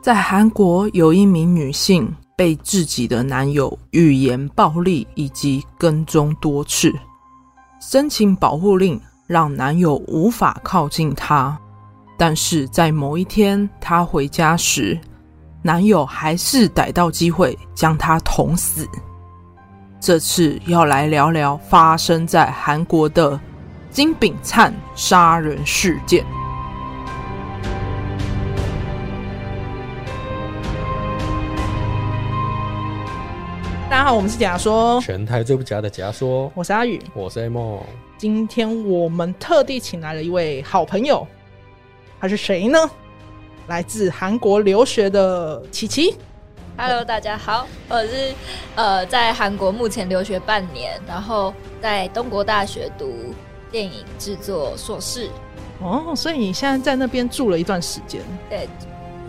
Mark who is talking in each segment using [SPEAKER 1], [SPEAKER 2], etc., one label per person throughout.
[SPEAKER 1] 在韩国有一名女性被自己的男友语言暴力以及跟踪多次，申请保护令让男友无法靠近她。但是在某一天她回家时，男友还是逮到机会将她捅死。这次要来聊聊发生在韩国的金炳灿杀人事件。大家好，我们是假说，
[SPEAKER 2] 全台最不假的假说，
[SPEAKER 1] 我是阿宇。
[SPEAKER 2] 我是 A 梦，
[SPEAKER 1] 今天我们特地请来了一位好朋友，他是谁呢？来自韩国留学的琪琪。
[SPEAKER 3] Hello，大家好，我是呃在韩国目前留学半年，然后在东国大学读电影制作硕士，
[SPEAKER 1] 哦，所以你现在在那边住了一段时间，
[SPEAKER 3] 对，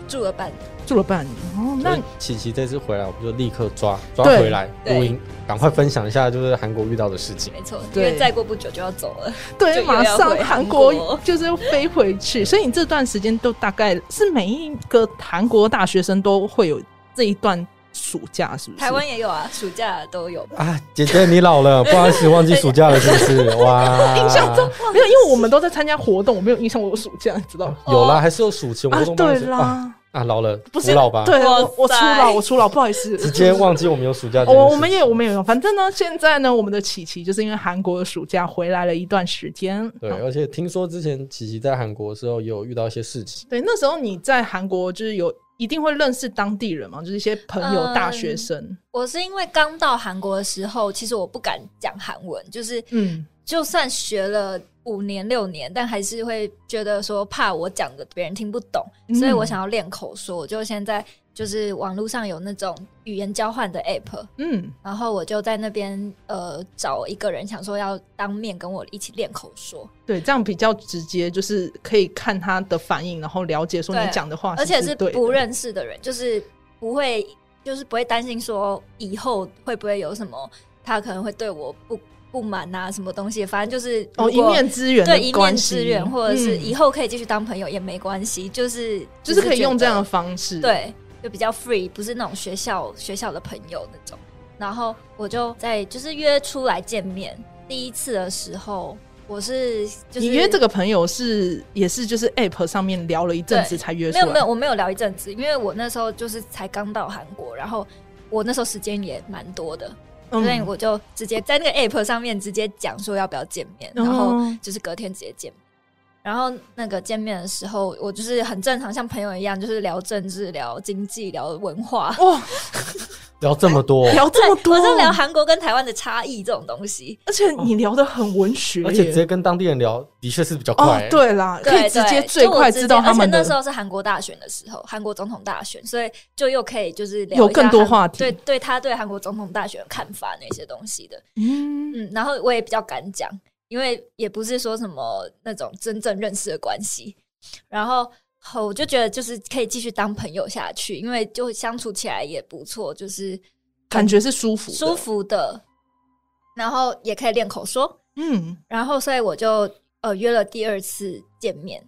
[SPEAKER 3] 住了半年。
[SPEAKER 1] 住了半年。哦，那
[SPEAKER 2] 所以琪琪这次回来，我们就立刻抓抓
[SPEAKER 1] 对
[SPEAKER 2] 回来
[SPEAKER 3] 对
[SPEAKER 2] 录音，赶快分享一下就是韩国遇到的事情。
[SPEAKER 3] 没错，因
[SPEAKER 1] 对
[SPEAKER 3] 为再过不久就要走 了。
[SPEAKER 1] 对，
[SPEAKER 3] 就
[SPEAKER 1] 马
[SPEAKER 3] 又要
[SPEAKER 1] 上
[SPEAKER 3] 回
[SPEAKER 1] 韩
[SPEAKER 3] 韩
[SPEAKER 1] 国
[SPEAKER 3] 国
[SPEAKER 1] 就是要飞回去，所以你这段时间都大概是每一个韩国大学生都会有这一段暑假，是不是？
[SPEAKER 3] 台湾也有啊，暑假都有。
[SPEAKER 2] 啊，姐姐你 老了，不好意思，忘记暑假了，是不是？哇，
[SPEAKER 1] 印象中没有，因为我们都在参加活动，我没有印象我有暑假，你知道吗？
[SPEAKER 2] 有啦，还是有暑期活
[SPEAKER 1] 哦啊，
[SPEAKER 2] 动
[SPEAKER 1] 对
[SPEAKER 2] 啊
[SPEAKER 1] 啦，
[SPEAKER 2] 啊，老了，
[SPEAKER 1] 不
[SPEAKER 2] 服
[SPEAKER 1] 是
[SPEAKER 2] 老吧，
[SPEAKER 1] 对，
[SPEAKER 3] 哇
[SPEAKER 1] 我我出
[SPEAKER 3] 塞
[SPEAKER 1] 老，我出老，不好意思，
[SPEAKER 2] 直接忘记我们有暑假这件事情。
[SPEAKER 1] 哦我我们也我们也有，反正呢，现在呢，我们的琪琪就是因为韩国的暑假回来了一段时间，
[SPEAKER 2] 对，哦而且听说之前琪琪在韩国的时候也有遇到一些事情，
[SPEAKER 1] 对，那时候你在韩国就是有一定会认识当地人嘛，就是一些朋友、
[SPEAKER 3] 嗯
[SPEAKER 1] 大学生，
[SPEAKER 3] 我是因为刚到韩国的时候，其实我不敢讲韩文，就是
[SPEAKER 1] 嗯，
[SPEAKER 3] 就算学了五年六年，但还是会觉得说怕我讲的别人听不懂，
[SPEAKER 1] 嗯
[SPEAKER 3] 所以我想要练口说，我就现在就是网络上有那种语言交换的 app，
[SPEAKER 1] 嗯，
[SPEAKER 3] 然后我就在那边呃找一个人，想说要当面跟我一起练口说，
[SPEAKER 1] 对，这样比较直接，就是可以看他的反应，然后了解说你
[SPEAKER 3] 对
[SPEAKER 1] 讲的话
[SPEAKER 3] 而且
[SPEAKER 1] 不
[SPEAKER 3] 是
[SPEAKER 1] 啊对的
[SPEAKER 3] 不认识的人，就是不会就是不会担心说以后会不会有什么他可能会对我不不满啊什么东西，反正就是
[SPEAKER 1] 哦，
[SPEAKER 3] 如
[SPEAKER 1] 一
[SPEAKER 3] 果
[SPEAKER 1] 面之缘的
[SPEAKER 3] 对一面
[SPEAKER 1] 关系
[SPEAKER 3] 之缘，或者是
[SPEAKER 1] 嗯
[SPEAKER 3] 以后可以继续当朋友也没关系，就是
[SPEAKER 1] 就是可以用这样的
[SPEAKER 3] 觉
[SPEAKER 1] 方式，
[SPEAKER 3] 得，对，就比较 free，不是那种学校学校的朋友那种。然后我就在就是约出来见面，第一次的时候，我是就是
[SPEAKER 1] 你约这个朋友是也是就是 App 上面聊了一阵子
[SPEAKER 3] 对
[SPEAKER 1] 才约出
[SPEAKER 3] 没
[SPEAKER 1] 来，
[SPEAKER 3] 有没有，我没有聊一阵子，因为我那时候就是才刚到韩国，然后我那时候时间也蛮多的，
[SPEAKER 1] 嗯，
[SPEAKER 3] 所以我就直接在那个 app 上面直接讲说要不要见面，然后
[SPEAKER 1] 哦
[SPEAKER 3] 就是隔天直接见面。然后那个见面的时候，我就是很正常，像朋友一样，就是聊政治、聊经济、聊文化，
[SPEAKER 1] 哇
[SPEAKER 2] 聊这么多，
[SPEAKER 1] 聊这么多，
[SPEAKER 3] 我是聊韩国跟台湾的差异这种东西。
[SPEAKER 1] 而且你聊的很文学耶，
[SPEAKER 2] 哦而且直接跟当地人聊，的确是比较
[SPEAKER 1] 哦
[SPEAKER 2] 快。，，
[SPEAKER 1] 对啦，可以
[SPEAKER 3] 对
[SPEAKER 1] 直接
[SPEAKER 3] 对
[SPEAKER 1] 最
[SPEAKER 3] 就我
[SPEAKER 1] 快
[SPEAKER 3] 直
[SPEAKER 1] 知道
[SPEAKER 3] 接
[SPEAKER 1] 他们
[SPEAKER 3] 而且那时
[SPEAKER 1] 的。
[SPEAKER 3] 候是韩国大选的时候，韩国总统大选，所以就又可以就是聊
[SPEAKER 1] 有
[SPEAKER 3] 一下
[SPEAKER 1] 更多
[SPEAKER 3] 韩
[SPEAKER 1] 话题
[SPEAKER 3] 对对他对韩国总统大选的看法那些东西的。
[SPEAKER 1] 嗯，
[SPEAKER 3] 嗯，然后我也比较敢讲，因为也不是说什么那种真正认识的关系。然后后我就觉得就是可以继续当朋友下去，因为就相处起来也不错，就是
[SPEAKER 1] 感觉是舒服，
[SPEAKER 3] 舒。服的，然后也可以练口说。
[SPEAKER 1] 嗯，
[SPEAKER 3] 然后所以我就呃约了第二次见面，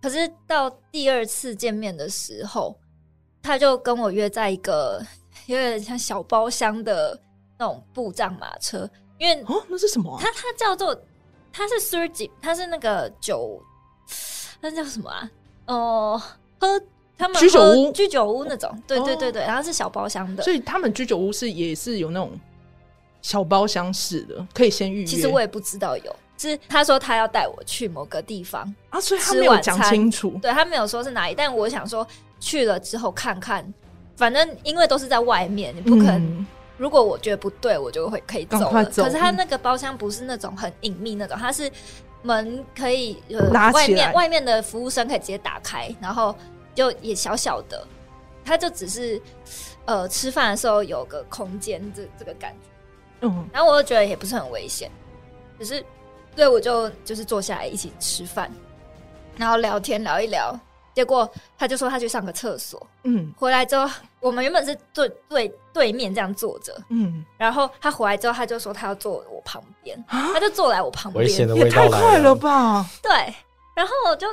[SPEAKER 3] 可是到第二次见面的时候，他就跟我约在一个有点像小包厢的那种布障马车，因为
[SPEAKER 1] 哦，那是什么啊？
[SPEAKER 3] 它它叫做它是 s u r g i 它是那个酒，那叫什么啊？哦、喝他们
[SPEAKER 1] 居酒
[SPEAKER 3] 喝
[SPEAKER 1] 屋
[SPEAKER 3] 居酒屋那种，对对
[SPEAKER 1] 哦
[SPEAKER 3] 对对，然后是小包厢的
[SPEAKER 1] 所，以他们居酒屋是也是有那种小包厢式的，可以先预约。
[SPEAKER 3] 其实我也不知道有。是他说他要带我去某个地方，
[SPEAKER 1] 啊，所以他
[SPEAKER 3] 吃
[SPEAKER 1] 没有
[SPEAKER 3] 晚
[SPEAKER 1] 讲
[SPEAKER 3] 餐
[SPEAKER 1] 清楚。
[SPEAKER 3] 对他没有说是哪里，但我想说去了之后看看，反正因为都是在外面，你不可能。
[SPEAKER 1] 嗯
[SPEAKER 3] 如果我觉得不对，我就会可以走
[SPEAKER 1] 赶快
[SPEAKER 3] 了。
[SPEAKER 1] 走嗯
[SPEAKER 3] 可是他那个包厢不是那种很隐秘那种，它是门可以呃
[SPEAKER 1] 拉
[SPEAKER 3] 外
[SPEAKER 1] 起来
[SPEAKER 3] 面外面的服务生可以直接打开，然后就也小小的，他就只是呃吃饭的时候有个空间这这个感觉。
[SPEAKER 1] 嗯，
[SPEAKER 3] 然后我就觉得也不是很危险，只是对我就就是坐下来一起吃饭，然后聊天聊一聊，结果他就说他去上个厕所，
[SPEAKER 1] 嗯
[SPEAKER 3] 回来之后我们原本是对对对面这样坐着，
[SPEAKER 1] 嗯，
[SPEAKER 3] 然后他回来之后他就说他要坐我旁边，
[SPEAKER 1] 啊
[SPEAKER 3] 他就坐在我旁
[SPEAKER 2] 危
[SPEAKER 3] 边，
[SPEAKER 2] 险的
[SPEAKER 1] 也
[SPEAKER 2] 味道
[SPEAKER 1] 太
[SPEAKER 2] 来
[SPEAKER 1] 快了吧！
[SPEAKER 3] 对，然后我就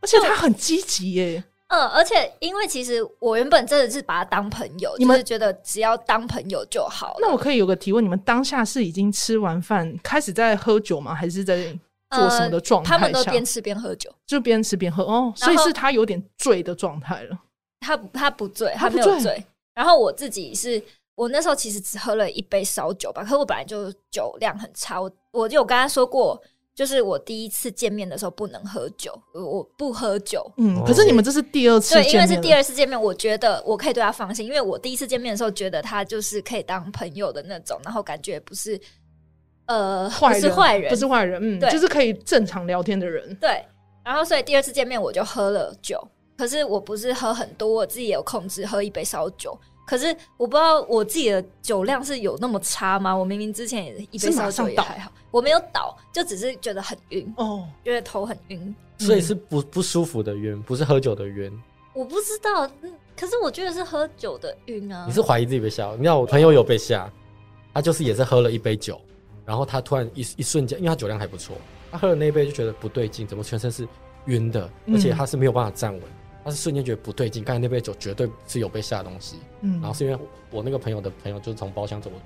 [SPEAKER 1] 而且他很积极耶，
[SPEAKER 3] 嗯，而且因为其实我原本真的是把他当朋友，
[SPEAKER 1] 你
[SPEAKER 3] 就
[SPEAKER 1] 们
[SPEAKER 3] 是觉得只要当朋友就好了。
[SPEAKER 1] 那我可以有个提问：你们当下是已经吃完饭开始在喝酒吗？还是在做什么的状态下？
[SPEAKER 3] 呃他们都边吃边喝酒，
[SPEAKER 1] 就边吃边喝哦，所
[SPEAKER 3] 然后
[SPEAKER 1] 以是他有点醉的状态了。
[SPEAKER 3] 他不他不醉，
[SPEAKER 1] 他
[SPEAKER 3] 他
[SPEAKER 1] 不
[SPEAKER 3] 没有
[SPEAKER 1] 醉
[SPEAKER 3] 醉。然后我自己是我那时候其实只喝了一杯烧酒吧，可是我本来就酒量很差，我我有跟他说过，就是我第一次见面的时候不能喝酒，我我不喝酒。
[SPEAKER 1] 嗯，
[SPEAKER 2] 哦
[SPEAKER 1] 可是你们这是第二次
[SPEAKER 3] 对，因
[SPEAKER 1] 见
[SPEAKER 3] 为
[SPEAKER 1] 面，
[SPEAKER 3] 是第，二次见面，我觉得我可以对他放心，因为我第一次见面的时候觉得他就是可以当朋友的那种，然后感觉不是呃不
[SPEAKER 1] 坏
[SPEAKER 3] 是
[SPEAKER 1] 人，
[SPEAKER 3] 坏人，
[SPEAKER 1] 不是坏人，嗯，
[SPEAKER 3] 对
[SPEAKER 1] 就是可以正常聊天的人。
[SPEAKER 3] 对，然后所以第二次见面我就喝了酒，可是我不是喝很多，我自己也有控制喝一杯烧酒。可是我不知道我自己的酒量是有那么差吗？我明明之前也一杯
[SPEAKER 1] 是马
[SPEAKER 3] 烧酒
[SPEAKER 1] 上
[SPEAKER 3] 也
[SPEAKER 1] 倒
[SPEAKER 3] 还好，我没有倒，就只是觉得很晕，
[SPEAKER 1] 哦，
[SPEAKER 3] 觉得头很晕。
[SPEAKER 2] 所以是不不舒服的冤，不是喝酒的冤。
[SPEAKER 3] 我不知道，嗯可是我觉得是喝酒的晕啊。
[SPEAKER 2] 你是怀疑自己被吓？你看我朋友有被吓，他就是也是喝了一杯酒，然后他突然一一瞬间，因为他酒量还不错，他喝了那一杯就觉得不对劲，怎么全身是晕的，
[SPEAKER 1] 嗯
[SPEAKER 2] 而且他是没有办法站稳，他是瞬间觉得不对劲，刚才那杯酒绝对是有被吓的东西。
[SPEAKER 1] 嗯
[SPEAKER 2] 然后是因为我那个朋友的朋友就是从包厢走过去，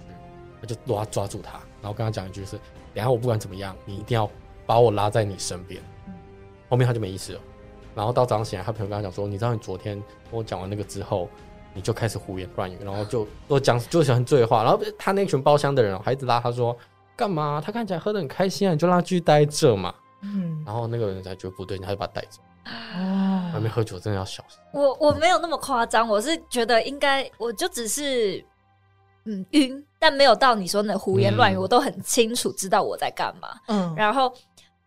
[SPEAKER 2] 他就抓抓住他，然后跟他讲一句是：等一下我不管怎么样，你一定要把我拉在你身边。
[SPEAKER 3] 嗯
[SPEAKER 2] 后面他就没意识了。然后到早上醒来，他朋友跟他讲说：“你知道你昨天跟我讲完那个之后，你就开始胡言乱语，然后就都讲就是很醉话。然后他那群包厢的人还一直拉他说：干嘛？他看起来喝得很开心啊，你就让他继续待着嘛。
[SPEAKER 1] 嗯，
[SPEAKER 2] 然后那个人才觉得不对，他就把他带走。外
[SPEAKER 1] 哦
[SPEAKER 2] 面，喝酒真的要小心。
[SPEAKER 3] 我我没有那么夸张，我是觉得应该，我就只是嗯晕，但没有到你说那胡言乱语，
[SPEAKER 2] 嗯
[SPEAKER 3] 我都很清楚知道我在干嘛。
[SPEAKER 1] 嗯，
[SPEAKER 3] 然后，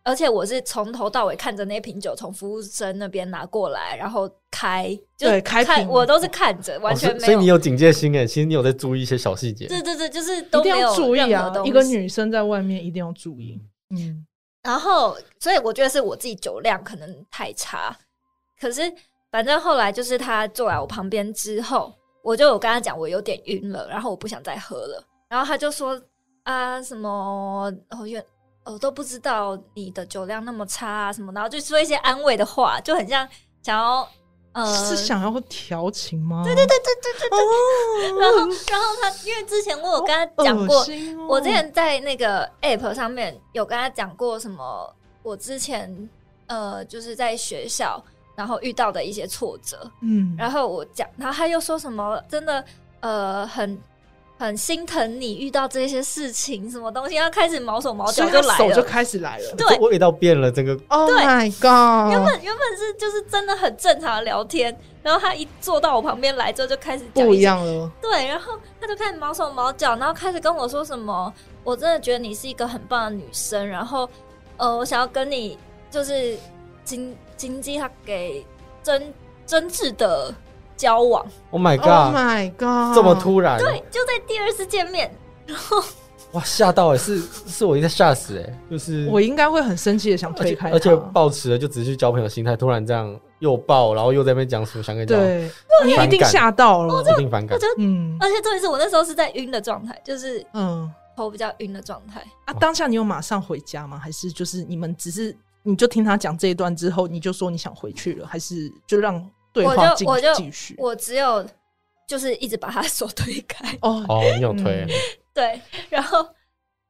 [SPEAKER 3] 而且我是从头到尾看着那瓶酒从服务生那边拿过来，然后开，就
[SPEAKER 1] 对开
[SPEAKER 3] 看
[SPEAKER 1] 瓶
[SPEAKER 3] 我都是看着，完全
[SPEAKER 2] 哦所以
[SPEAKER 3] 没
[SPEAKER 2] 所以
[SPEAKER 3] 有。
[SPEAKER 2] 你有警戒心哎，其实你有在注意一些小细节。
[SPEAKER 3] 对对对，就是都
[SPEAKER 1] 一
[SPEAKER 3] 没
[SPEAKER 1] 定要
[SPEAKER 3] 有
[SPEAKER 1] 注
[SPEAKER 3] 任
[SPEAKER 1] 意
[SPEAKER 3] 何
[SPEAKER 1] 啊
[SPEAKER 3] 东！西。
[SPEAKER 1] 一个女生在外面一定要注意。嗯，
[SPEAKER 3] 然后，所以我觉得是我自己酒量可能太差。可是，反正后来就是他坐来我旁边之后，我就有跟他讲我有点晕了，然后我不想再喝了。然后他就说啊什么哦原我都不知道你的酒量那么差、啊、什么，然后就说一些安慰的话，就很像想要呃
[SPEAKER 1] 是想要调情吗？哦对对对对对对对。
[SPEAKER 3] 然后然后他因为之前我有跟他讲过
[SPEAKER 1] 恶，心哦
[SPEAKER 3] 我之前在那个 App 上面有跟他讲过什么，我之前呃就是在学校然后遇到的一些挫折，
[SPEAKER 1] 嗯，
[SPEAKER 3] 然后我讲，然后他又说什么真的呃很很心疼你遇到这些事情什么东西，要开始毛手毛
[SPEAKER 1] 所
[SPEAKER 3] 脚
[SPEAKER 1] 以他
[SPEAKER 3] 来
[SPEAKER 1] 手就
[SPEAKER 3] 了。
[SPEAKER 1] 开始来了。
[SPEAKER 3] 对
[SPEAKER 2] 这味道变了，整个
[SPEAKER 1] Oh my
[SPEAKER 3] 原
[SPEAKER 1] god！
[SPEAKER 3] 本原本是就是真的很正常的聊天，然后他一坐到我旁边来之后就开始讲
[SPEAKER 1] 不一
[SPEAKER 3] 些
[SPEAKER 1] 样
[SPEAKER 2] Oh
[SPEAKER 1] 了。
[SPEAKER 3] 对，然后他就开始毛手毛脚，然后开始跟我说什么，我真的觉得你是一个很棒的女生，然后呃，我想要跟你就是经经济他给真真挚的交往，
[SPEAKER 2] Oh my
[SPEAKER 1] Oh
[SPEAKER 2] god，、
[SPEAKER 1] my god！
[SPEAKER 2] 这么突然，
[SPEAKER 3] 对，就在第二次见面，
[SPEAKER 2] 哇吓到哎、是是我一下吓死哎、就是
[SPEAKER 1] 我应该会很生气的想
[SPEAKER 2] 而
[SPEAKER 1] 推
[SPEAKER 2] 且
[SPEAKER 1] 开
[SPEAKER 2] 而且
[SPEAKER 1] 他
[SPEAKER 2] 抱持了就只是去交朋友心态，突然这样又抱，然后又在那边讲什么想跟你讲，
[SPEAKER 1] 对，你一
[SPEAKER 2] 反
[SPEAKER 1] 定
[SPEAKER 2] 感
[SPEAKER 1] 吓到了。
[SPEAKER 2] 一定反感
[SPEAKER 3] 我。就
[SPEAKER 1] 嗯
[SPEAKER 3] 而且重点是我那时候是在晕的状态，就是
[SPEAKER 1] 嗯，
[SPEAKER 3] 头比较晕的状态，
[SPEAKER 1] 啊，当下你有马上回家吗？还是就是你们只是你就听他讲这一段之后，你就说你想回去了，还是就让对
[SPEAKER 3] 我
[SPEAKER 1] 话
[SPEAKER 3] 就
[SPEAKER 1] 继
[SPEAKER 3] 我就
[SPEAKER 1] 继续？
[SPEAKER 3] 我只有就是一直把他 手推开，
[SPEAKER 1] 哦，
[SPEAKER 2] 哦，你有推、
[SPEAKER 1] 嗯
[SPEAKER 3] 对，然后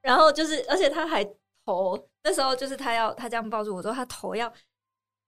[SPEAKER 3] 然后就是，而且他还头那时候就是他要他这样抱住我之后，他头要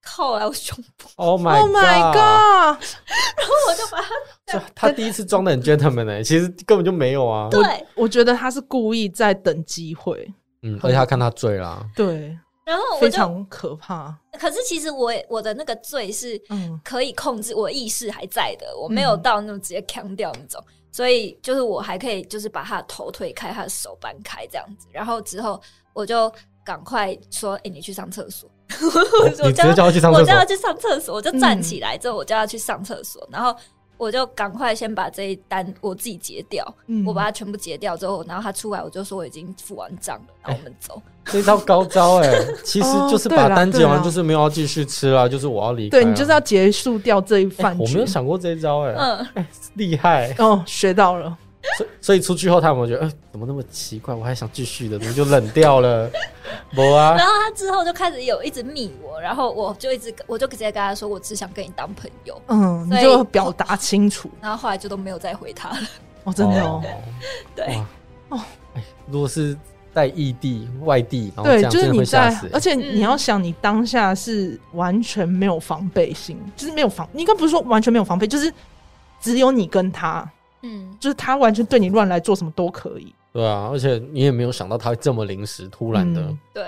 [SPEAKER 3] 靠来我胸部，
[SPEAKER 2] o h my
[SPEAKER 1] Oh my god！
[SPEAKER 3] 然后我就把他
[SPEAKER 2] 这他第一次装的很 gentleman 哎、其实根本就没有啊。
[SPEAKER 3] 对，
[SPEAKER 1] 我觉得他是故意在等机会，
[SPEAKER 2] 嗯，而且他看他醉啦，
[SPEAKER 1] 对，
[SPEAKER 3] 然后我
[SPEAKER 1] 非
[SPEAKER 3] 就
[SPEAKER 1] 常可怕。
[SPEAKER 3] 可是其实我也我的那个罪是
[SPEAKER 1] 嗯，
[SPEAKER 3] 可以控制，我意识还在的，我没有
[SPEAKER 1] 嗯
[SPEAKER 3] 到那种直接扛掉那种，所以就是我还可以就是把他的头推开，他的手搬开这样子，然后之后我就赶快说：“哎、你去上厕所。”我
[SPEAKER 2] 哦你直接叫他去上
[SPEAKER 3] 我
[SPEAKER 2] 厕
[SPEAKER 3] 就
[SPEAKER 2] 所
[SPEAKER 3] 要，去上厕所，我就站起来之后，我就要去上厕所，
[SPEAKER 2] 嗯
[SPEAKER 3] 然后我就赶快先把这一单我自己结掉，
[SPEAKER 1] 嗯
[SPEAKER 3] 我把它全部结掉之后，然后他出来，我就说我已经付完账 了，然后我们走。
[SPEAKER 2] 这招高招哎、 其实就
[SPEAKER 1] 哦
[SPEAKER 2] 是
[SPEAKER 1] 对
[SPEAKER 2] 把
[SPEAKER 1] 啦
[SPEAKER 2] 单结
[SPEAKER 1] 对
[SPEAKER 2] 完，
[SPEAKER 1] 啦
[SPEAKER 2] 就是没有要继续吃啦，就是我要离开啊。
[SPEAKER 1] 对你就是要结束掉这一饭
[SPEAKER 2] 我
[SPEAKER 1] 局。
[SPEAKER 2] 没有想过这一招哎、
[SPEAKER 3] 嗯，
[SPEAKER 2] 厉害。
[SPEAKER 1] 哦，学到了。
[SPEAKER 2] 所以所以出去后，他们觉得，呃，怎么那么奇怪？我还想继续的，怎么就冷掉了？ 不啊
[SPEAKER 3] 然，后他之后就开始有一直密我，然后我就一直我就直接跟他说，我只想跟你当朋友。
[SPEAKER 1] 嗯，你
[SPEAKER 3] 所以
[SPEAKER 1] 就表达清楚
[SPEAKER 3] 然后后来就都没有再回他了。
[SPEAKER 1] 哦，真的哦，
[SPEAKER 3] 对
[SPEAKER 2] 哇
[SPEAKER 1] 哦
[SPEAKER 2] 哎如果是在异地、外地，然后这
[SPEAKER 1] 对，
[SPEAKER 2] 样
[SPEAKER 1] 就是
[SPEAKER 2] 真的
[SPEAKER 1] 你
[SPEAKER 2] 会吓
[SPEAKER 1] 在
[SPEAKER 2] 死，，
[SPEAKER 1] 而且你要
[SPEAKER 3] 嗯
[SPEAKER 1] 想，你当下是完全没有防备心，就是没有防，应该不是说完全没有防备，就是只有你跟他，
[SPEAKER 3] 嗯，
[SPEAKER 1] 就是他完全对你乱来做什么都可以，
[SPEAKER 2] 对啊，而且你也没有想到他会这么临时、突然的，
[SPEAKER 1] 嗯
[SPEAKER 3] 对，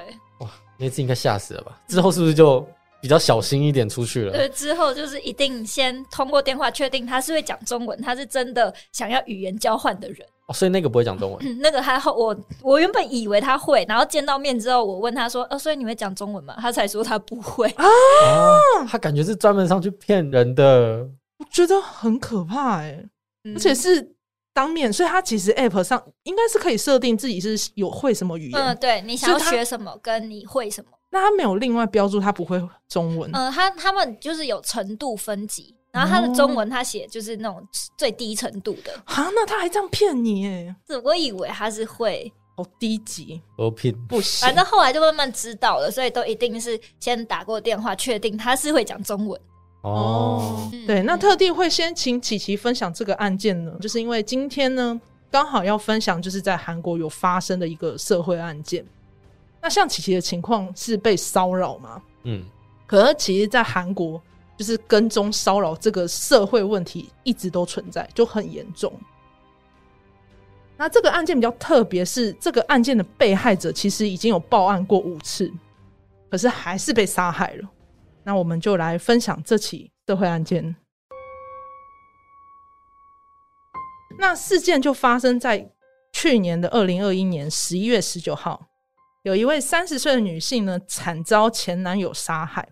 [SPEAKER 2] 那次应该吓死了吧？之后是不是就比较小心一点出去了？
[SPEAKER 3] 对，之后就是一定先通过电话确定他是会讲中文，他是真的想要语言交换的人。
[SPEAKER 2] 哦，所以那个不会讲中文，
[SPEAKER 3] 嗯， 那个还好，我我原本以为他会，然后见到面之后，我问他说：“呃，所以你会讲中文吗？”他才说他不会。
[SPEAKER 1] 啊
[SPEAKER 2] 哦、他感觉是专门上去骗人的。
[SPEAKER 1] 我觉得很可怕哎、
[SPEAKER 3] 嗯
[SPEAKER 1] 而且是当面，所以他其实 App 上应该是可以设定自己是有会什么语言，
[SPEAKER 3] 嗯，对你想要
[SPEAKER 1] 所以他
[SPEAKER 3] 学什么，跟你会什么，
[SPEAKER 1] 那他没有另外标注他不会中文，
[SPEAKER 3] 嗯、他他们就是有程度分级，然后他的中文他写就是那种最低程度的，
[SPEAKER 1] 啊，那他还这样骗你哎，
[SPEAKER 3] 是我以为他是会，
[SPEAKER 1] 好低级，
[SPEAKER 2] 和平
[SPEAKER 1] 不行
[SPEAKER 3] 反。正后来就慢慢知道了，所以都一定是先打过电话确定他是会讲中文。
[SPEAKER 2] 哦，
[SPEAKER 3] 嗯
[SPEAKER 1] 对，那
[SPEAKER 3] 嗯
[SPEAKER 1] 特地会先请琪琪分享这个案件呢，就是因为今天呢刚好要分享，就是在韩国有发生的一个社会案件。那像琪琪的情况是被骚扰吗？
[SPEAKER 2] 嗯，
[SPEAKER 1] 可是其实，在韩国就是跟踪骚扰这个社会问题一直都存在，就很严重。那这个案件比较特别，是这个案件的被害者其实已经有报案过五次，可是还是被杀害了。那我们就来分享这起社会案件。那事件就发生在去年的二零二一年十一月十九号，有一位三十岁的女性呢，惨遭前男友杀害。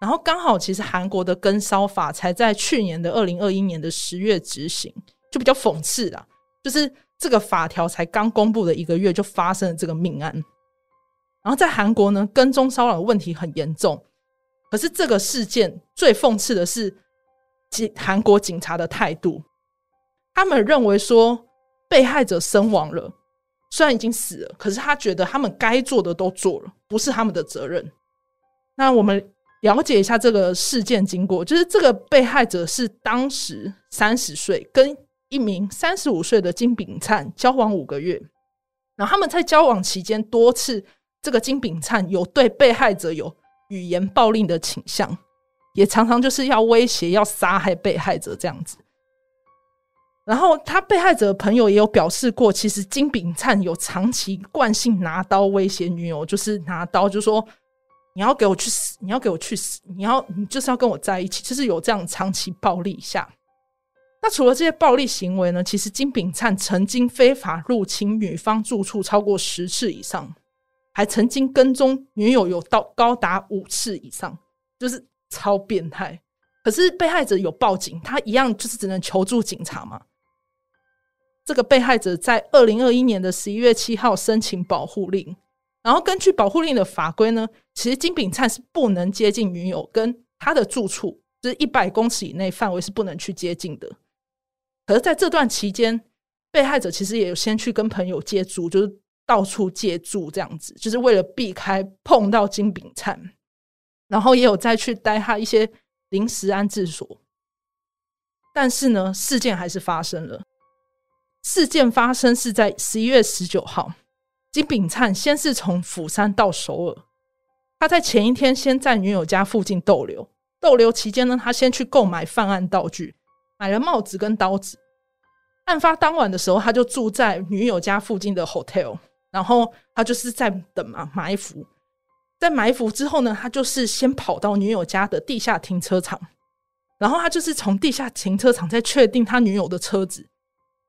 [SPEAKER 1] 然后刚好，其实韩国的跟骚法才在去年的二零二一年的十月执行，就比较讽刺啦。就是这个法条才刚公布的一个月，就发生了这个命案。然后在韩国呢，跟踪骚扰的问题很严重。可是这个事件最讽刺的是，警韩国警察的态度，他们认为说被害者身亡了，虽然已经死了，可是他觉得他们该做的都做了，不是他们的责任。那我们了解一下这个事件经过，就是这个被害者是当时三十岁，跟一名三十五岁的金炳灿交往五个月，然后他们在交往期间多次，这个金炳灿有对被害者有语言暴力的倾向，也常常就是要威胁要杀害被害者这样子。然后他被害者的朋友也有表示过，其实金炳灿有长期惯性拿刀威胁女友，就是拿刀就说你要给我去死，你要给我去死，你要你就是要跟我在一起，就是有这样长期暴力下。那除了这些暴力行为呢，其实金炳灿曾经非法入侵女方住处超过十次以上，还曾经跟踪女友有到高达五次以上，就是超变态。可是被害者有报警，他一样就是只能求助警察嘛。这个被害者在二零二一年的十一月七号申请保护令，然后根据保护令的法规呢，其实金炳灿是不能接近女友跟他的住处，就是一百公尺以内范围是不能去接近的。可是在这段期间，被害者其实也有先去跟朋友借住，就是到处借住这样子，就是为了避开碰到金炳灿，然后也有再去待他一些临时安置所。但是呢，事件还是发生了。事件发生是在十一月十九号，金炳灿先是从釜山到首尔，他在前一天先在女友家附近逗留，逗留期间呢，他先去购买犯案道具，买了帽子跟刀子。案发当晚的时候，他就住在女友家附近的 hotel，然后他就是在等嘛埋伏。在埋伏之后呢，他就是先跑到女友家的地下停车场，然后他就是从地下停车场再确定他女友的车子，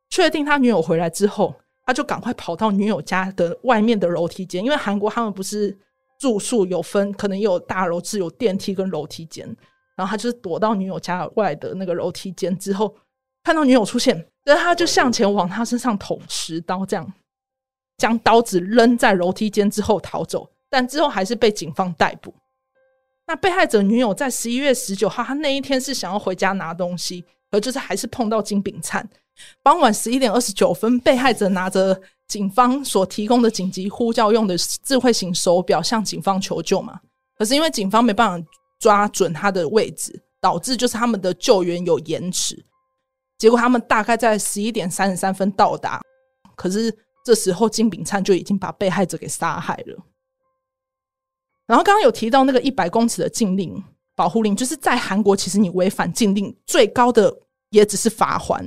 [SPEAKER 1] 确定他女友回来之后，他就赶快跑到女友家的外面的楼梯间，因为韩国他们不是住宿有分，可能也有大楼是有电梯跟楼梯间，然后他就是躲到女友家外的那个楼梯间之后，看到女友出现，然后他就向前往她身上捅十刀，这样将刀子扔在楼梯间之后逃走，但之后还是被警方逮捕。那被害者女友在十一月十九号，她那一天是想要回家拿东西，可就是还是碰到金炳灿。傍晚十一点二十九分，被害者拿着警方所提供的紧急呼叫用的智慧型手表向警方求救嘛。可是因为警方没办法抓准他的位置，导致就是他们的救援有延迟。结果他们大概在十一点三十三分到达，可是这时候金炳灿就已经把被害者给杀害了。然后刚刚有提到那个一百公尺的禁令保护令，就是在韩国，其实你违反禁令最高的也只是罚款，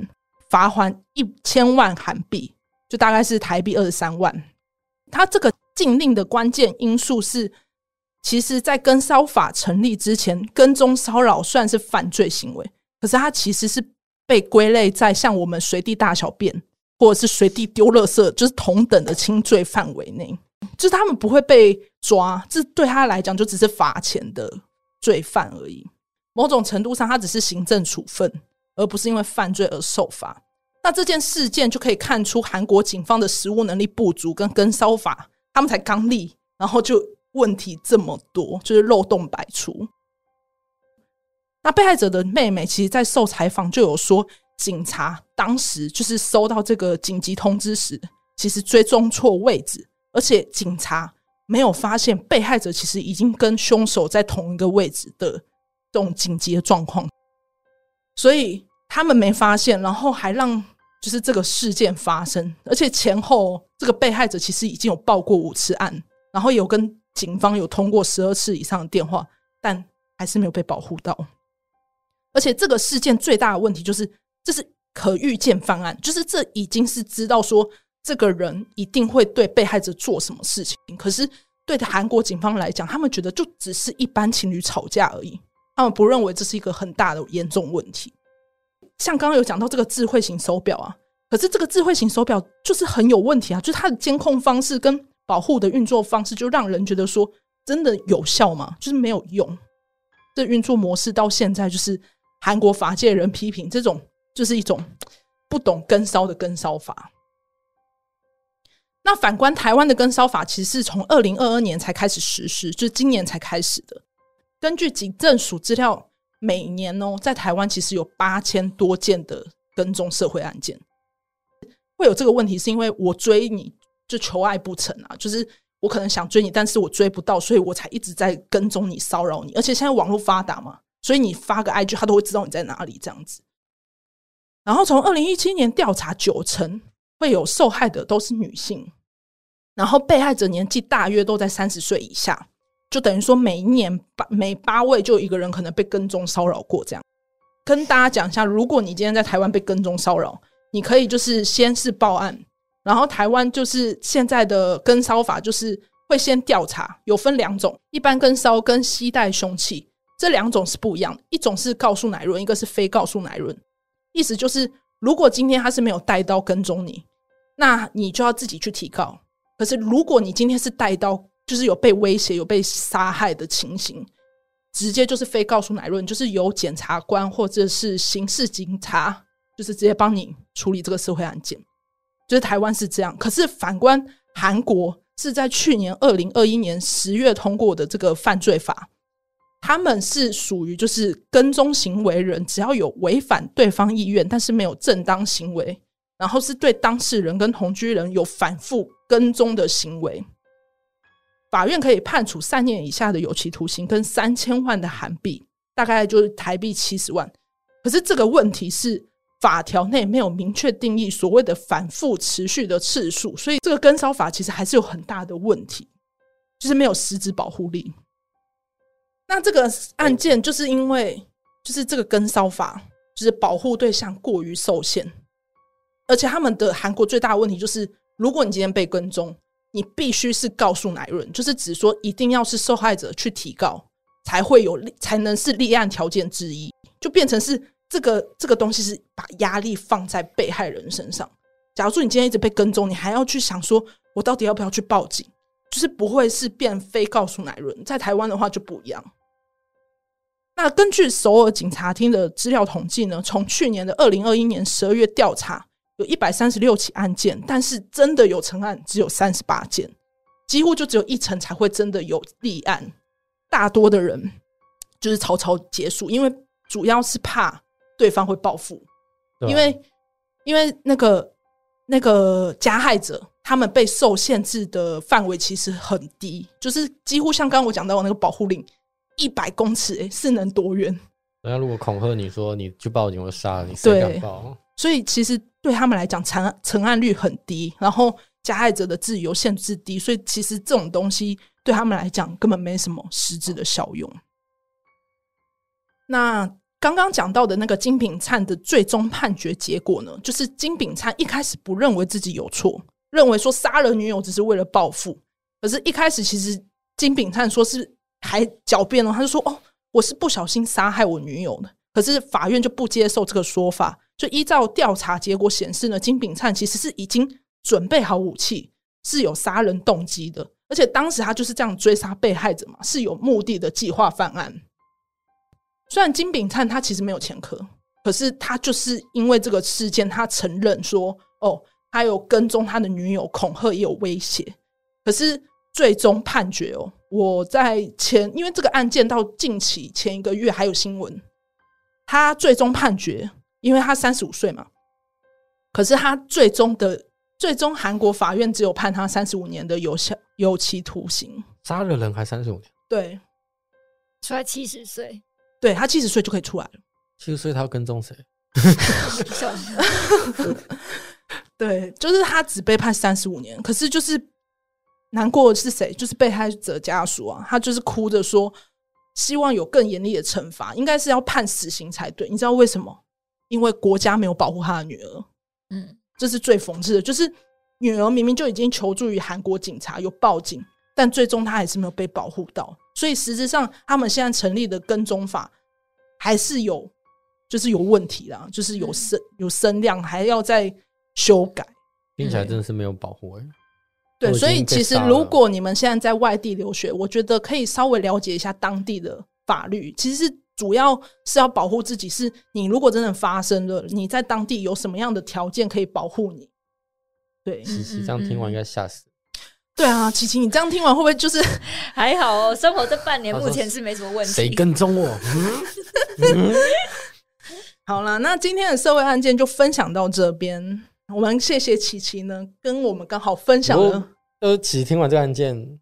[SPEAKER 1] 罚款一千万韩币，就大概是台币二十三万。它这个禁令的关键因素是，其实在跟骚法成立之前，跟踪骚扰算是犯罪行为，可是它其实是被归类在像我们随地大小便或者是随地丢垃圾，就是同等的轻罪范围内。就是他们不会被抓，这对他来讲就只是罚钱的罪犯而已。某种程度上，他只是行政处分，而不是因为犯罪而受罚。那这件事件就可以看出韩国警方的实务能力不足跟跟骚法，他们才刚立，然后就问题这么多，就是漏洞百出。那被害者的妹妹其实，在受采访就有说，警察当时就是收到这个紧急通知时，其实追踪错位置，而且警察没有发现被害者其实已经跟凶手在同一个位置的这种紧急的状况，所以他们没发现，然后还让就是这个事件发生，而且前后这个被害者其实已经有报过五次案，然后有跟警方有通过十二次以上的电话，但还是没有被保护到。而且这个事件最大的问题就是，这是可预见方案，就是这已经是知道说这个人一定会对被害者做什么事情。可是对韩国警方来讲，他们觉得就只是一般情侣吵架而已，他们不认为这是一个很大的严重问题。像刚刚有讲到这个智慧型手表啊，可是这个智慧型手表就是很有问题啊，就是它的监控方式跟保护的运作方式，就让人觉得说真的有效吗？就是没有用。这运作模式到现在，就是韩国法界人批评这种，就是一种不懂跟骚的跟骚法。那反观台湾的跟骚法，其实是从二零二二年才开始实施，就是今年才开始的。根据警政署资料，每年哦，在台湾其实有八千多件的跟踪社会案件。会有这个问题，是因为我追你就求爱不成啊，就是我可能想追你，但是我追不到，所以我才一直在跟踪你、骚扰你。而且现在网络发达嘛，所以你发个 IG，他都会知道你在哪里这样子。然后从二零一七年调查，九成会有受害的都是女性，然后被害者年纪大约都在三十岁以下，就等于说每一年八每八位就有一个人可能被跟踪骚扰过这样。跟大家讲一下，如果你今天在台湾被跟踪骚扰，你可以就是先是报案，然后台湾就是现在的跟骚法就是会先调查，有分两种，一般跟骚跟携带凶器这两种是不一样的，一种是告诉乃论，一个是非告诉乃论。意思就是，如果今天他是没有带刀跟踪你，那你就要自己去提告。可是如果你今天是带刀，就是有被威胁、有被杀害的情形，直接就是非告诉乃论，就是由检察官或者是刑事警察，就是直接帮你处理这个社会案件。就是台湾是这样，可是反观韩国是在去年二零二一年十月通过的这个犯罪法，他们是属于就是跟踪行为人，只要有违反对方意愿，但是没有正当行为，然后是对当事人跟同居人有反复跟踪的行为，法院可以判处三年以下的有期徒刑跟三千万的韩币，大概就是台币七十万。可是这个问题是法条内没有明确定义所谓的反复持续的次数，所以这个跟骚法其实还是有很大的问题，就是没有实质保护力。那这个案件就是因为就是这个跟骚法，就是保护对象过于受限，而且他们的韩国最大的问题就是，如果你今天被跟踪，你必须是告诉乃润，就是只说一定要是受害者去提告，才会有立才能是立案条件之一，就变成是这个这个东西是把压力放在被害人身上。假如说你今天一直被跟踪，你还要去想说我到底要不要去报警，就是不会是变非告诉乃润。在台湾的话就不一样。那根据首尔警察厅的资料统计呢，从去年的二零二一年十二月调查，有一百三十六起案件，但是真的有成案只有三十八件，几乎就只有一成才会真的有立案。大多的人就是草草结束，因为主要是怕对方会报复，
[SPEAKER 2] 对吧啊
[SPEAKER 1] 因为因为那个那个加害者他们被受限制的范围其实很低，就是几乎像刚刚我讲到的那个保护令，一百公尺、诶是能多远？
[SPEAKER 2] 人家如果恐吓你说你去报警，我就杀了你，谁敢
[SPEAKER 1] 对
[SPEAKER 2] 报？哦
[SPEAKER 1] 所以其实对他们来讲，成成案率很低，然后加害者的自由限制低，所以其实这种东西对他们来讲根本没什么实质的效用。那刚刚讲到的那个金炳灿的最终判决结果呢，就是金炳灿一开始不认为自己有错，认为说杀了女友只是为了报复，可是，一开始其实金炳灿说是还狡辩哦，他就说哦，我是不小心杀害我女友的。可是法院就不接受这个说法，就依照调查结果显示呢，金炳灿其实是已经准备好武器，是有杀人动机的，而且当时他就是这样追杀被害者嘛，是有目的的计划犯案。虽然金炳灿他其实没有前科，可是他就是因为这个事件，他承认说，哦，他有跟踪他的女友，恐吓也有威胁，可是最终判决哦，我在前，因为这个案件到近期前一个月还有新闻，他最终判决，因为他三十五岁嘛，可是他最终的最终韩国法院只有判他三十五年的有效有期徒刑，
[SPEAKER 2] 杀了人还三十五年，
[SPEAKER 1] 对，
[SPEAKER 3] 出来七十岁，
[SPEAKER 1] 对他七十岁就可以出来了，
[SPEAKER 2] 七十岁他要跟踪谁？
[SPEAKER 3] 笑死
[SPEAKER 1] 对，就是他只被判三十五年，可是就是难过的是谁？就是被害者家属啊，他就是哭着说，希望有更严厉的惩罚，应该是要判死刑才对。你知道为什么？因为国家没有保护他的女儿，
[SPEAKER 3] 嗯，
[SPEAKER 1] 这是最讽刺的。就是女儿明明就已经求助于韩国警察，有报警，但最终她还是没有被保护到。所以实质上，他们现在成立的跟踪法还是有，就是有问题啦，就是
[SPEAKER 2] 嗯
[SPEAKER 1] 有声有声量，还要再修改。
[SPEAKER 2] 听起来真的是没有保护哎、
[SPEAKER 1] 对，
[SPEAKER 2] 都已
[SPEAKER 1] 所以
[SPEAKER 2] 经被
[SPEAKER 1] 其实
[SPEAKER 2] 杀了
[SPEAKER 1] 如果你们现在在外地留学，我觉得可以稍微了解一下当地的法律。其实主要是要保护自己，是你如果真的发生了，你在当地有什么样的条件可以保护你？对，
[SPEAKER 2] 琪琪这样听完应该吓死。
[SPEAKER 1] 对啊，琪琪，你这样听完会不会就是
[SPEAKER 3] 还好哦，生活这半年
[SPEAKER 2] 他
[SPEAKER 3] 目
[SPEAKER 2] 说
[SPEAKER 3] 前是没什么问题。
[SPEAKER 2] 谁跟踪我？嗯
[SPEAKER 1] 好啦，那今天的社会案件就分享到这边。我们谢谢琪琪呢，跟我们刚好分享
[SPEAKER 2] 不
[SPEAKER 1] 了
[SPEAKER 2] 过，就是琪琪听完这个案件，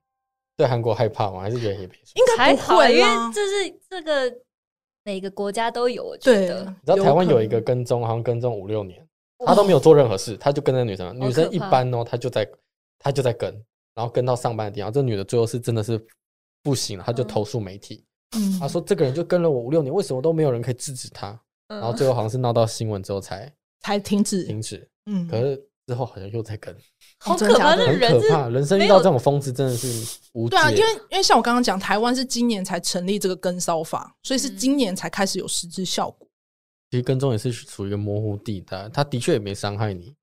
[SPEAKER 2] 对韩国害怕吗？还是觉得也没什么？
[SPEAKER 1] 应该
[SPEAKER 3] 还
[SPEAKER 1] 不
[SPEAKER 3] 好，
[SPEAKER 1] 会
[SPEAKER 3] 因为
[SPEAKER 1] 啦。
[SPEAKER 3] 这是这个每个国家都有，我觉
[SPEAKER 1] 对
[SPEAKER 3] 得，
[SPEAKER 2] 你知道台湾有一
[SPEAKER 1] 可
[SPEAKER 2] 个
[SPEAKER 1] 能
[SPEAKER 2] 跟踪，好像跟踪五六年，他都没有做任何事，他就跟那个女生。
[SPEAKER 3] 怕
[SPEAKER 2] 女生一般哦，他就在他就在跟，然后跟到上班的地方。这女的最后是真的是不行了，她就投诉媒体，
[SPEAKER 1] 嗯
[SPEAKER 2] 她说这个人就跟了我五六年，为什么都没有人可以制止他？
[SPEAKER 3] 嗯
[SPEAKER 2] 然后最后好像是闹到新闻之后才
[SPEAKER 1] 才停止，
[SPEAKER 2] 停止，
[SPEAKER 1] 嗯，
[SPEAKER 2] 可是之后好像又在跟，
[SPEAKER 3] 好
[SPEAKER 1] 哦真
[SPEAKER 3] 可
[SPEAKER 1] 的假
[SPEAKER 3] 怕，那
[SPEAKER 1] 的
[SPEAKER 2] 很
[SPEAKER 3] 人
[SPEAKER 2] 可
[SPEAKER 3] 是
[SPEAKER 2] 怕。人生遇到这种疯子真的是无解
[SPEAKER 1] 对。啊，因为因为像我刚刚讲，台湾是今年才成立这个跟梢法，所以是今年才开始有实质效果。
[SPEAKER 2] 其实跟踪也是处于一个模糊地带，他的确也没伤害你，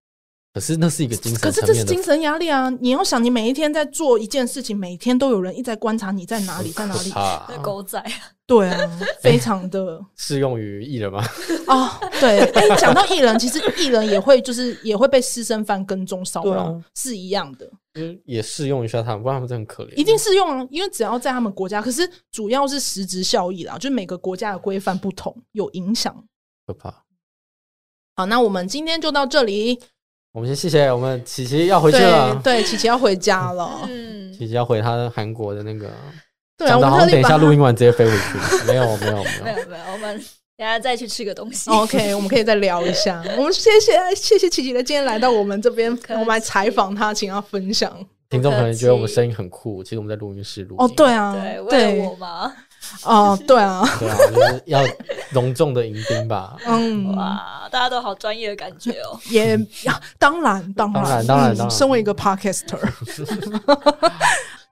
[SPEAKER 2] 可是那是一个精
[SPEAKER 1] 可
[SPEAKER 2] 神
[SPEAKER 1] 是
[SPEAKER 2] 层
[SPEAKER 1] 这是
[SPEAKER 2] 面的
[SPEAKER 1] 精神压力啊！你要想，你每一天在做一件事情，每天都有人一直在观察你在哪里，在哪 里。
[SPEAKER 2] 怕
[SPEAKER 3] 那 狗仔，
[SPEAKER 1] 对啊，
[SPEAKER 2] 哎
[SPEAKER 1] 非常的
[SPEAKER 2] 适用于艺人吗？
[SPEAKER 1] 哦，对。 哎、讲到艺人，其实艺人也会就是也会被私生饭跟踪骚
[SPEAKER 2] 对
[SPEAKER 1] 扰，
[SPEAKER 2] 啊
[SPEAKER 1] 是一样的。
[SPEAKER 2] 就是也适用一下他们，不然他们真的很可怜。
[SPEAKER 1] 一定适用啊，因为只要在他们国家，可是主要是实质效益啦，就是每个国家的规范不同，有影响。
[SPEAKER 2] 可怕。
[SPEAKER 1] 好，那我们今天就到这里。
[SPEAKER 2] 我们先谢谢我们琪琪要回去
[SPEAKER 1] 对
[SPEAKER 2] 了，
[SPEAKER 1] 对，琪琪要回家 了。
[SPEAKER 3] 嗯，
[SPEAKER 2] 琪琪要回他的韩国的那个，
[SPEAKER 1] 对啊，
[SPEAKER 2] 讲
[SPEAKER 1] 我
[SPEAKER 2] 的
[SPEAKER 1] 们
[SPEAKER 2] 好
[SPEAKER 1] 特
[SPEAKER 2] 像等
[SPEAKER 1] 地
[SPEAKER 2] 一
[SPEAKER 1] 把
[SPEAKER 2] 下
[SPEAKER 1] 它
[SPEAKER 2] 录音完直接飞回去，没有没有没
[SPEAKER 3] 没
[SPEAKER 2] 有，
[SPEAKER 3] 有没有，我们等一下再去吃个东 西。
[SPEAKER 1] OK，我们可以再聊一下。我们谢谢谢谢琪琪的今天来到我们这边，
[SPEAKER 3] 客气
[SPEAKER 1] 我们来采访她，请她分享。
[SPEAKER 2] 听众可能觉得我们声音很酷，其实我们在录音室录音
[SPEAKER 1] 哦，对啊，
[SPEAKER 3] 对，为了
[SPEAKER 1] 对
[SPEAKER 3] 我，嘛，
[SPEAKER 1] 哦，对啊，
[SPEAKER 2] 对啊，就是要隆重的迎宾吧。
[SPEAKER 1] 嗯，
[SPEAKER 3] 哇，大家都好专业的感觉哦。
[SPEAKER 1] 也呀当然当
[SPEAKER 2] 当
[SPEAKER 1] 然
[SPEAKER 2] 然当然
[SPEAKER 1] 嗯
[SPEAKER 2] 当然
[SPEAKER 1] 身为一个 podcaster，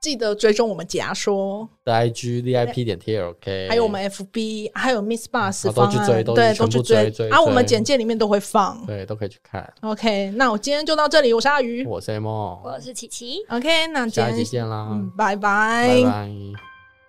[SPEAKER 1] 记得追踪我们假说，
[SPEAKER 2] 的 IG VIP 点 T L K，
[SPEAKER 1] 还有我们 FB，还有 Miss Bus
[SPEAKER 2] 啊都
[SPEAKER 1] 方
[SPEAKER 2] 去
[SPEAKER 1] 案，
[SPEAKER 2] 追都
[SPEAKER 1] 对，
[SPEAKER 2] 去
[SPEAKER 1] 都
[SPEAKER 2] 全
[SPEAKER 1] 去
[SPEAKER 2] 部追
[SPEAKER 1] 追
[SPEAKER 2] 追
[SPEAKER 1] 啊，
[SPEAKER 2] 追
[SPEAKER 1] 我们简介里面都会放。
[SPEAKER 2] 对都可以去看。
[SPEAKER 1] OK，那我今天就到这里，我是阿鱼。
[SPEAKER 2] 嗯我是 M，
[SPEAKER 3] 我是琪琪，
[SPEAKER 1] OK，那今
[SPEAKER 2] 下一集
[SPEAKER 1] 天
[SPEAKER 2] 见啦，
[SPEAKER 1] 嗯，拜拜
[SPEAKER 2] 拜拜。